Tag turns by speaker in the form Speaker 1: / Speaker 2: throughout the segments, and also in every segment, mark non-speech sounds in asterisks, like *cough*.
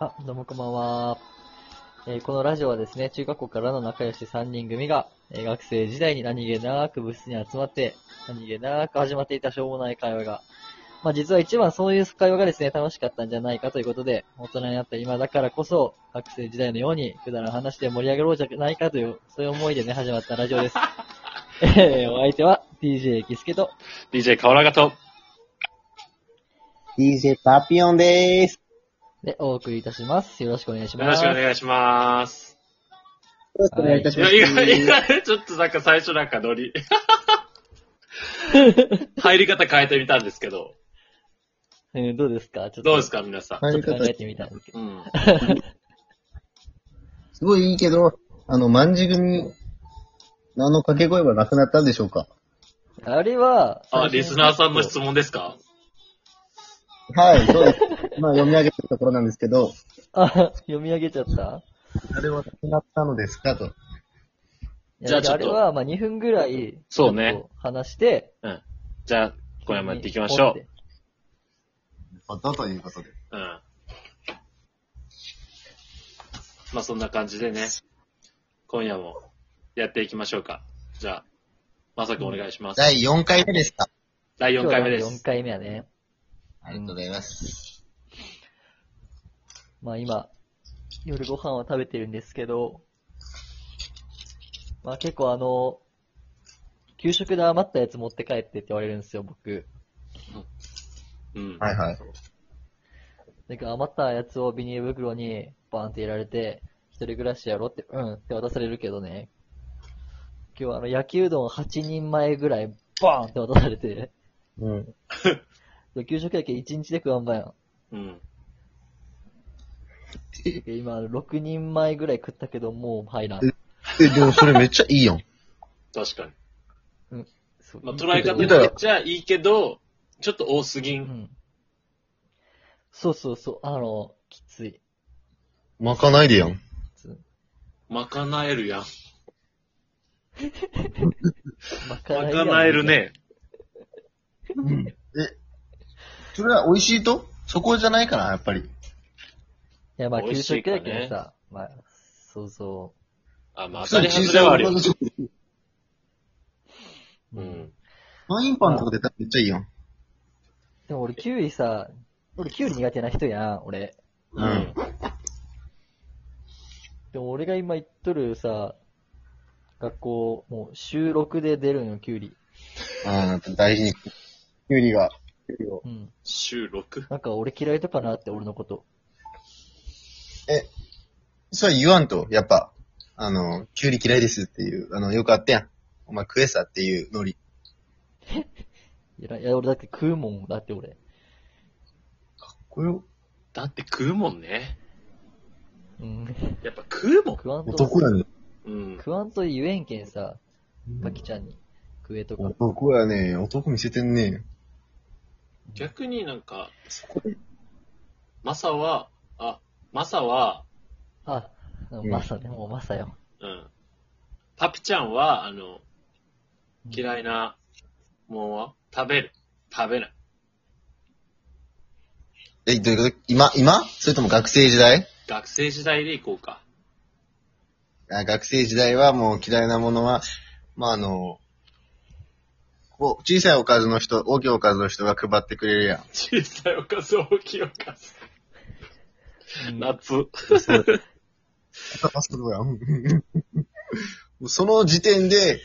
Speaker 1: あ、どうもこんばんは、えーこのラジオはですね、中学校からの仲良し3人組が、えー学生時代に何気なく部室に集まって、何気なく始まっていたしょうもない会話が、まあ実は一番そういう会話がですね、楽しかったんじゃないかということで、大人になった今だからこそ、学生時代のように、くだらん話で盛り上がろうじゃないかという、そういう思いでね、始まったラジオ
Speaker 2: *laughs*
Speaker 1: です。えーお相手は、DJ キスケと、
Speaker 2: DJ 河原と、
Speaker 3: DJ パピヨンでーす。
Speaker 1: で、お送りいたします。よろしくお願いし
Speaker 2: よ
Speaker 1: ま
Speaker 2: ろし
Speaker 1: す。
Speaker 2: くお願いします。
Speaker 3: よろしくお願いいた
Speaker 2: い
Speaker 3: しま
Speaker 2: や、
Speaker 3: す。
Speaker 2: 意外、意外、ちょっとなんか最初なんかノ *laughs* リ。入り方変えてみたんですけど、
Speaker 1: うん、どうですかちょっと。
Speaker 2: どうですか皆さん。
Speaker 1: ちょっと考えてみたんですけど。
Speaker 2: うん。
Speaker 3: すごいいいけど、あの、まんじ組、あの掛け声はなくなったんでしょうか
Speaker 1: あれは、
Speaker 2: あ、リスナーさんの質
Speaker 1: 問。
Speaker 2: 問ですか
Speaker 3: はい、そうです。まあ、読み上げてるところなんですけど、
Speaker 1: あ、読み上げちゃった
Speaker 3: あれはなくなったのですかと。
Speaker 2: じゃあちょっ
Speaker 1: あれ
Speaker 2: と
Speaker 1: は、まあ、2分ぐらい、
Speaker 2: そうね
Speaker 1: ちょっと話して、
Speaker 2: じゃあ、今夜もやっていきましょう。
Speaker 3: ことということで。
Speaker 2: うん。まあそんな感じでね、今夜もやっていきましょうか。じゃあ、まさくんお願いします。
Speaker 3: 第4回目ですか
Speaker 2: 第
Speaker 1: 今
Speaker 2: 4
Speaker 1: 日
Speaker 2: 回目で
Speaker 1: 4
Speaker 2: す。
Speaker 1: 回目やね。
Speaker 3: ありがとうございます。
Speaker 1: まあ、今、夜ご飯を食べてるんですけど、まあ、結構あの、給食で余ったやつ持って帰ってって言われるんですよ、僕。
Speaker 2: うん。
Speaker 3: はいはい。
Speaker 1: なんか余ったやつをビニール袋にバーンって入れられて、一人暮らしやろって、うんって渡されるけどね。今日はあの、焼きうどん8人前ぐらい、バーンって渡されて、
Speaker 3: うん。
Speaker 1: 給食だけ1日で食わんばやん。
Speaker 2: うん。
Speaker 1: で今、6人前ぐらい食ったけど、もう入らん。
Speaker 3: え、でもそれめっちゃいいやん。
Speaker 2: 確かに。
Speaker 1: そう
Speaker 2: まあ、捉え方
Speaker 3: で
Speaker 2: に
Speaker 3: 言
Speaker 2: よ
Speaker 3: う
Speaker 2: っちゃいいけど、ちょっと多すぎ。
Speaker 1: うんん。そうそうそう、あの、きつい。
Speaker 3: まかないでやん。
Speaker 2: まかなえるやん。
Speaker 1: まか
Speaker 2: ま
Speaker 1: ない
Speaker 2: かなえる。ね。
Speaker 3: え、それは美味しいとそこじゃないかな、やっぱり。
Speaker 1: いや、まあ、
Speaker 2: 美
Speaker 1: 給
Speaker 2: 味しい
Speaker 1: 食
Speaker 2: から
Speaker 1: だ
Speaker 2: ね
Speaker 1: けどさ、まあ、そうそ
Speaker 2: あ、まあ、当たり外れはあるよ。
Speaker 1: う。
Speaker 2: うん。
Speaker 3: ワインパンとか出たらめっちゃいいやん。
Speaker 1: でも俺、キュウリさ、俺、キュウリ苦手な人やん、俺。
Speaker 3: うん
Speaker 2: うん。
Speaker 1: でも俺が今行っとるさ、学校、もう収録で出るんよ、キュウリ。
Speaker 3: ああ、大事に。キュウリが。キュウリを
Speaker 1: うん。
Speaker 2: 収録
Speaker 1: なんか俺嫌いとかなって、俺のこと。
Speaker 3: それは言わんと、やっぱ、あの、キュウリ嫌いですっていう、あの、よくあったやん。お前食えさっていうノリ。
Speaker 1: いや、いや俺だって食うもん、だって俺。
Speaker 3: これを
Speaker 2: だって食うもんね。
Speaker 1: うん。
Speaker 2: やっぱ食うもん。
Speaker 1: 食わんと、
Speaker 3: 男やね。
Speaker 2: うん。
Speaker 1: 食わんと言えんけんさ、まきちゃんに食えとか。
Speaker 3: 男やね。男見せてんね。
Speaker 2: 逆になんか、マサは、あ、マサは、
Speaker 1: あ、
Speaker 3: ん
Speaker 1: まさね、もうまさよ。
Speaker 2: うん。パピちゃんは、あの、嫌
Speaker 1: い。
Speaker 2: いなもんは食べる。食べない。
Speaker 3: え、どういうこと今、今それとも学生時代
Speaker 2: 学生時代で行こう *laughs* か。
Speaker 3: あ学生時代はもう嫌いなものは、まあ、あの、こう小さいおかずの人、大きいおかずの人が配ってくれるやん。
Speaker 2: 小さいおかず、大きいおかず。
Speaker 1: うん
Speaker 2: 夏。 *laughs*
Speaker 3: そう *laughs* やん。もうその時点で、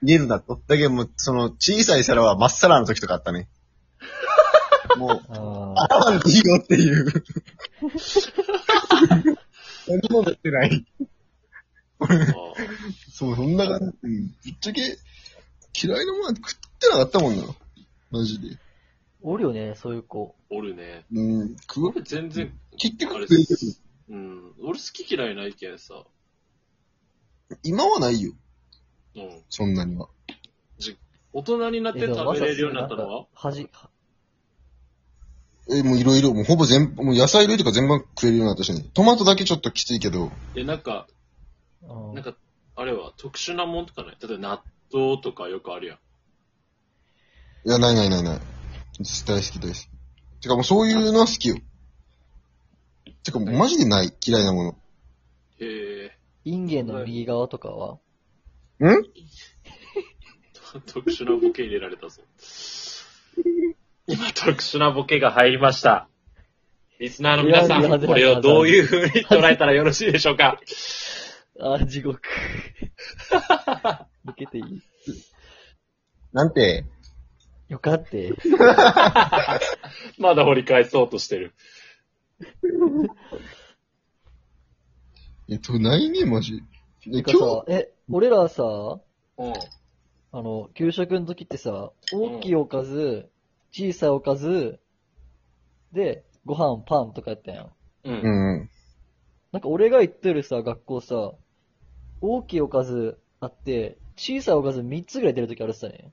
Speaker 3: 見えるなと。だけどもう、その小さい皿はまっさらの時とかあったね。もう、
Speaker 1: あー
Speaker 3: 洗わなくていいよっていう。何も出てない。
Speaker 2: あー
Speaker 3: そう、そんな感じ。うんぶっちゃけ、嫌いなものなんて食ってなかったもんな。マジで。
Speaker 1: おるよね、そういう子。
Speaker 2: おるね。
Speaker 3: うん、食う
Speaker 2: 俺全然、
Speaker 3: 結
Speaker 2: あ
Speaker 3: 局
Speaker 2: れ
Speaker 3: 食えてる
Speaker 2: うん。俺好き嫌いないけんさ。
Speaker 3: 今はないよ。
Speaker 2: うん。
Speaker 3: そんなには。
Speaker 2: 大人になって
Speaker 1: えでも
Speaker 2: 食べれるようにな
Speaker 1: ま
Speaker 2: っ
Speaker 1: さ
Speaker 2: たのは
Speaker 1: はじ、は
Speaker 3: え、もういろいろ、もうほぼ全、もう野菜類とか全部食えるようになったしね。トマトだけちょっときついけど。
Speaker 2: え、なんか、
Speaker 1: うん
Speaker 2: なんか、あれは特殊なもんとかない例えば納豆とかよくあるやん。
Speaker 3: いや、ないないないない。大好き大好き。てかもうそういうのは好きよ。てか、マジでない、嫌いなも
Speaker 2: へえ。 *laughs*
Speaker 1: インゲンの右側とかは
Speaker 3: の。ん
Speaker 2: 特殊なボケ入れられ
Speaker 1: *laughs*
Speaker 2: たぞ。今、特殊なボケが入りました。リスナーの皆さ
Speaker 1: いやいや
Speaker 2: ん、これをどういう風に捉えたらよろしいでしょうか *laughs*
Speaker 1: あ、地獄。受けていい
Speaker 3: なんて、
Speaker 1: よかって。
Speaker 2: まだ掘り返そうとしてる。
Speaker 3: えっと、ないね、マジ。
Speaker 1: て
Speaker 3: え、今
Speaker 1: か
Speaker 3: 日
Speaker 1: さ、、え、俺らさ、
Speaker 2: うん。
Speaker 1: あの、給食の時ってさ、大きいおかず、小さいおかず、で、ご飯、パンとかやったやん。
Speaker 2: う。
Speaker 3: うんん。
Speaker 1: なんか俺が行ってるさ、学校さ、大きいおかずあって、小さいおかず3つぐらい出る時あるっすよね。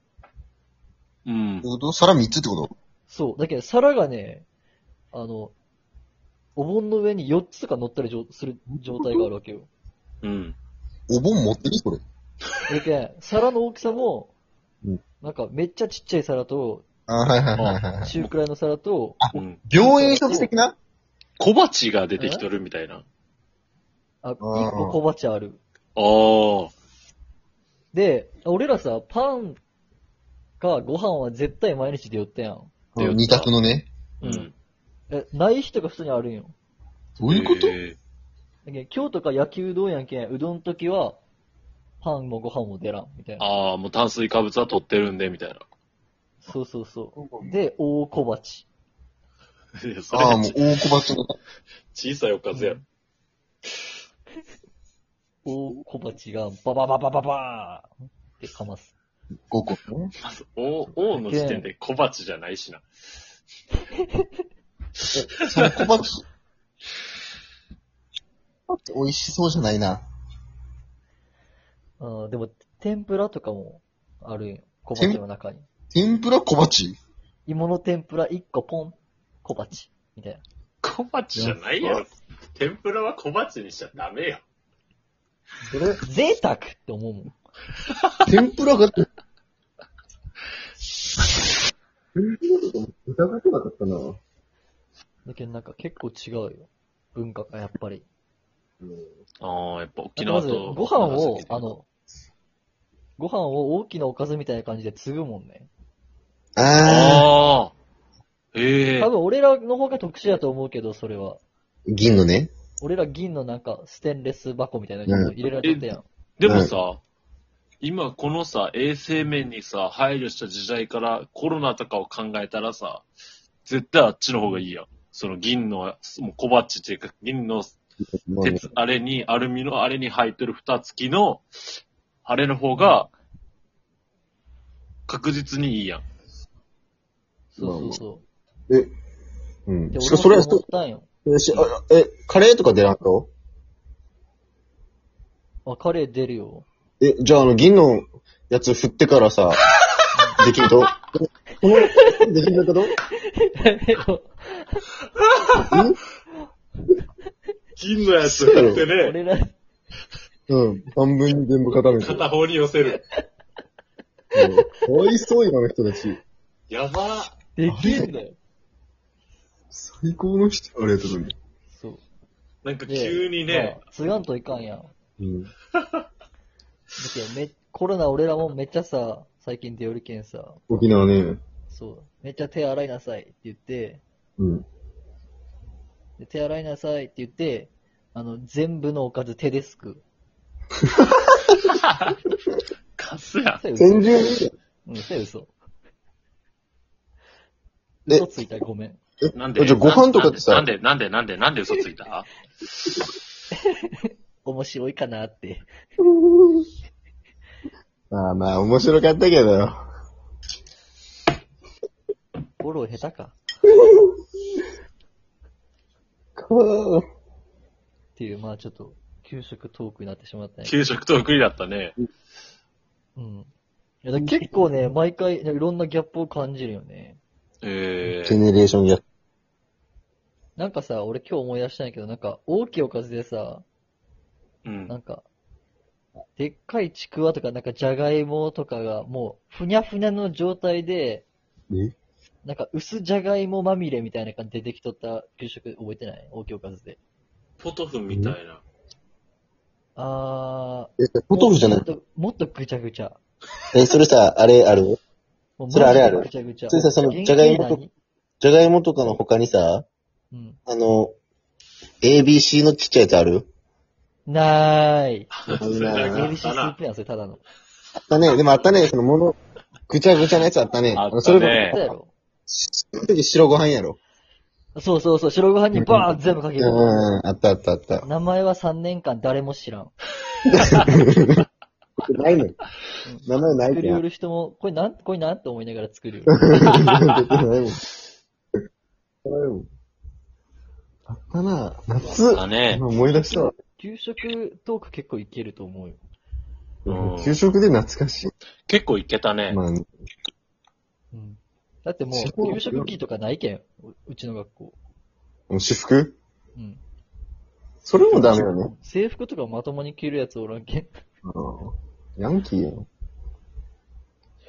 Speaker 2: うん。
Speaker 3: うん。皿3つってこと
Speaker 1: そう。だけど皿がね、あの、お盆の上に4つとか乗ったりじょする状態があるわけよ。
Speaker 2: うん。
Speaker 3: お盆持ってるこれ。
Speaker 1: だけん皿の大きさも
Speaker 3: うん、
Speaker 1: なんかめっちゃちっちゃい皿と、
Speaker 3: あ、はいはいはいはい。
Speaker 1: 中くらいの皿と、
Speaker 2: うん。
Speaker 3: 病院一つ的な
Speaker 2: 小鉢が出てきとるみたいな。
Speaker 1: あ、1個小鉢ある。
Speaker 2: ああ。
Speaker 1: で、俺らさ、パンかご飯は絶対毎日で寄ったやん。
Speaker 2: うん
Speaker 3: うん二択のね。
Speaker 2: うん。
Speaker 1: え、ない人が普通にあるんよ。
Speaker 3: どういうこと
Speaker 2: へ
Speaker 1: だけん今日とか野球うどんやんけん、うどんの時は、パンもご飯も出らん、みたい
Speaker 2: ー
Speaker 1: な。
Speaker 2: ああ、もう炭水化物は取ってるんで、みたいな。
Speaker 1: そうそうそう。で、大小鉢。
Speaker 2: い *laughs* や、それ
Speaker 3: ああ、もう
Speaker 2: ち
Speaker 3: 大小鉢の。
Speaker 2: 小さいおかずやろ。
Speaker 1: 大小鉢が、ババババババーンってかます。
Speaker 3: 5個ね。
Speaker 2: まず、お、おの時点で小鉢じゃないしな。
Speaker 3: そ *laughs* の小鉢。美味しそうじゃないな。
Speaker 1: うん、でも、天ぷらとかもあるんよ。小鉢の中に。
Speaker 3: 天ぷら小鉢
Speaker 1: 芋の天ぷら1個ポン、小鉢。みたいな。
Speaker 2: 小鉢じゃないやろ。天ぷらは小鉢にしちゃダメや。
Speaker 1: それ、贅沢って思うもん。
Speaker 3: 天ぷらが、天ぷらとか豚がなかったな。
Speaker 1: だけどなんか結構違うよ。文化がやっぱり。
Speaker 2: ああ、やっぱ沖
Speaker 1: ま
Speaker 2: 縄
Speaker 1: ず、
Speaker 2: と。
Speaker 1: ご飯を、あ、の、ご飯を大きなおかずみたいな感じで継ぐもんね。
Speaker 3: ああ、
Speaker 2: ああ。ええ
Speaker 1: 多。分俺らの方が特殊やと思うけど、それは。
Speaker 3: 銀のね。
Speaker 1: 俺ら銀のなんか、ステンレス箱みたいなのに入れられてたやん。
Speaker 2: でもさ、今このさ、衛生面にさ、配慮した時代からコロナとかを考えたらさ、絶対あっちの方がいいやん。その銀の、もう小鉢っていうか、銀の鉄、あれに、アルミのあれに入ってる蓋付きの、あれの方が、確実にいいやん。
Speaker 1: そうそうそ
Speaker 3: え、うん
Speaker 1: う。で、。
Speaker 3: しかもそれ
Speaker 1: 俺
Speaker 3: は
Speaker 1: も、思ったんよ。
Speaker 3: しあえ、カレーとか出らんと
Speaker 1: あ、カレー出る
Speaker 2: *laughs*
Speaker 1: よ。
Speaker 3: え、じゃああの、銀のやつ振ってから
Speaker 1: *laughs*
Speaker 3: さ、できるとこ *laughs* の、できること
Speaker 2: 銀のやつ
Speaker 3: そうやろ
Speaker 2: ってね、
Speaker 1: 俺ら、
Speaker 3: うん。半分に全部固めて。
Speaker 2: 片方に寄せる。
Speaker 3: うんかわいそう、今の人たち。
Speaker 2: やば
Speaker 1: できんだよ。
Speaker 3: 最高の人、ありがとうございます。
Speaker 1: そう。
Speaker 2: なんか
Speaker 1: で
Speaker 2: 急にね
Speaker 1: ま、あ継がんといかんやん。だ
Speaker 3: うん。
Speaker 1: けどめ、コロナ俺らもめっちゃさ、最近出よるけんさ、
Speaker 3: 沖縄ね。
Speaker 1: そう。めっちゃ手洗いなさいって言って、
Speaker 3: うん。
Speaker 1: で手洗いなさいって言って、あの、全部のおかず手ですくう。
Speaker 2: カスやん。
Speaker 1: それ嘘。
Speaker 3: 先住民だ
Speaker 1: うん、それ嘘。
Speaker 3: え
Speaker 1: 嘘ついたらごめん。
Speaker 2: なんで
Speaker 3: じゃあご飯とかってさ
Speaker 2: なんで、なんで、なんで、なんで嘘ついた
Speaker 1: 面白いかなって。
Speaker 3: まあまあ、面白かったけど。
Speaker 1: フォロー下手 *laughs* か。っていう、まあちょっと、給食トークになってしまったね。
Speaker 2: 給食と不利だったね。
Speaker 1: うん。いやだから結構ね、毎回、いろんなギャップを感じるよね。
Speaker 2: え
Speaker 3: ジェ
Speaker 2: ー、
Speaker 3: ネレーションギャップ。
Speaker 1: なんかさ、俺今日思い出したんやけど、なんか、大きいおかずでさ、
Speaker 2: うん
Speaker 1: な。んか、でっかいちくわとか、なんか、じゃがいもとかが、もう、ふにゃふにゃの状態で、
Speaker 3: え
Speaker 1: なんか薄じゃがいもまみれみたいな感じで出てきとった給食覚えてない大きいおかずで。
Speaker 2: ポトフみたいな。
Speaker 1: あ
Speaker 3: え、ポトフじゃな
Speaker 1: も
Speaker 3: い
Speaker 1: っと、もっとぐちゃぐちゃ。
Speaker 3: え、それさ、あれある
Speaker 1: もう
Speaker 3: それあれある
Speaker 1: マジでぐちゃぐちゃ。
Speaker 3: それさその
Speaker 1: 原
Speaker 3: じゃがいもと
Speaker 1: 型に
Speaker 3: じゃがいもとかの他にさ、
Speaker 1: うん。
Speaker 3: あの、ABC のちっちゃいやつある
Speaker 1: なーい。
Speaker 2: *laughs* それなんかあ
Speaker 1: ABC
Speaker 2: っ
Speaker 1: ス
Speaker 2: た
Speaker 1: ー
Speaker 2: な。
Speaker 1: プやん、それただの。
Speaker 3: あったね。でもあったね。そのもの、ぐちゃぐちゃなやつあったね。
Speaker 2: あったね
Speaker 3: のそれ
Speaker 1: そ
Speaker 3: こ
Speaker 1: うやろ
Speaker 3: そ、その時白ご飯やろ。
Speaker 1: そうそうそう、白ご飯にバーン全部かけ
Speaker 3: うん、
Speaker 1: る。
Speaker 3: あったあったあった。
Speaker 1: 名前は3年間誰も知らん。
Speaker 3: ないの名前ない
Speaker 1: 作
Speaker 3: け
Speaker 1: り
Speaker 3: ど *laughs*
Speaker 1: 売。る人も、これなん、これなんって思いながら作るよ。
Speaker 3: 出てないもん。出てないもんあったな夏
Speaker 2: だね。
Speaker 3: 今思い出したわ。
Speaker 1: 給食トーク結構いけると思うよ。
Speaker 2: うん
Speaker 3: 給食で懐かし
Speaker 2: 結構いけたね
Speaker 3: い。。まあ、
Speaker 1: うん。だっても
Speaker 3: そう
Speaker 1: う、給食期とかないけん、ううちの学校。
Speaker 3: 私服
Speaker 1: うん。
Speaker 3: それもダメよね。
Speaker 1: 制服とかまともに着るやつおらんけん。
Speaker 3: ヤンキーやん。
Speaker 2: へ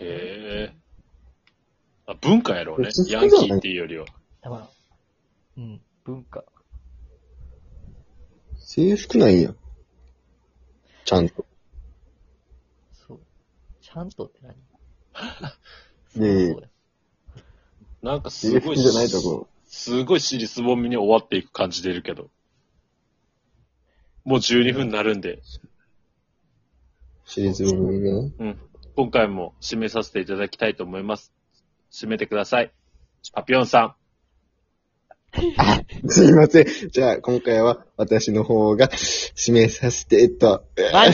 Speaker 2: え。あ、文化やろうね
Speaker 3: 別。に
Speaker 2: ヤ
Speaker 3: 好
Speaker 2: ン
Speaker 3: きじゃない
Speaker 2: キーっていうよりは。
Speaker 1: まあ、うん、文化。
Speaker 3: 制服ないやん。ちゃんと。
Speaker 1: そう。ちゃんとって何
Speaker 3: いやいや
Speaker 1: そうそうや
Speaker 2: なんかす
Speaker 3: 制
Speaker 2: ご
Speaker 3: 服
Speaker 2: い
Speaker 3: じゃないとこ。
Speaker 2: すごい尻すぼみに終わっていく感じ出るけど。もう12分になるんで、
Speaker 3: 私立文明ね。
Speaker 2: うん。今回も締めさせていただきたいと思います。締めてください。パピヨンさん。
Speaker 3: すいません。じゃあ、今回は私の方が指名させて、えっと、
Speaker 1: マジ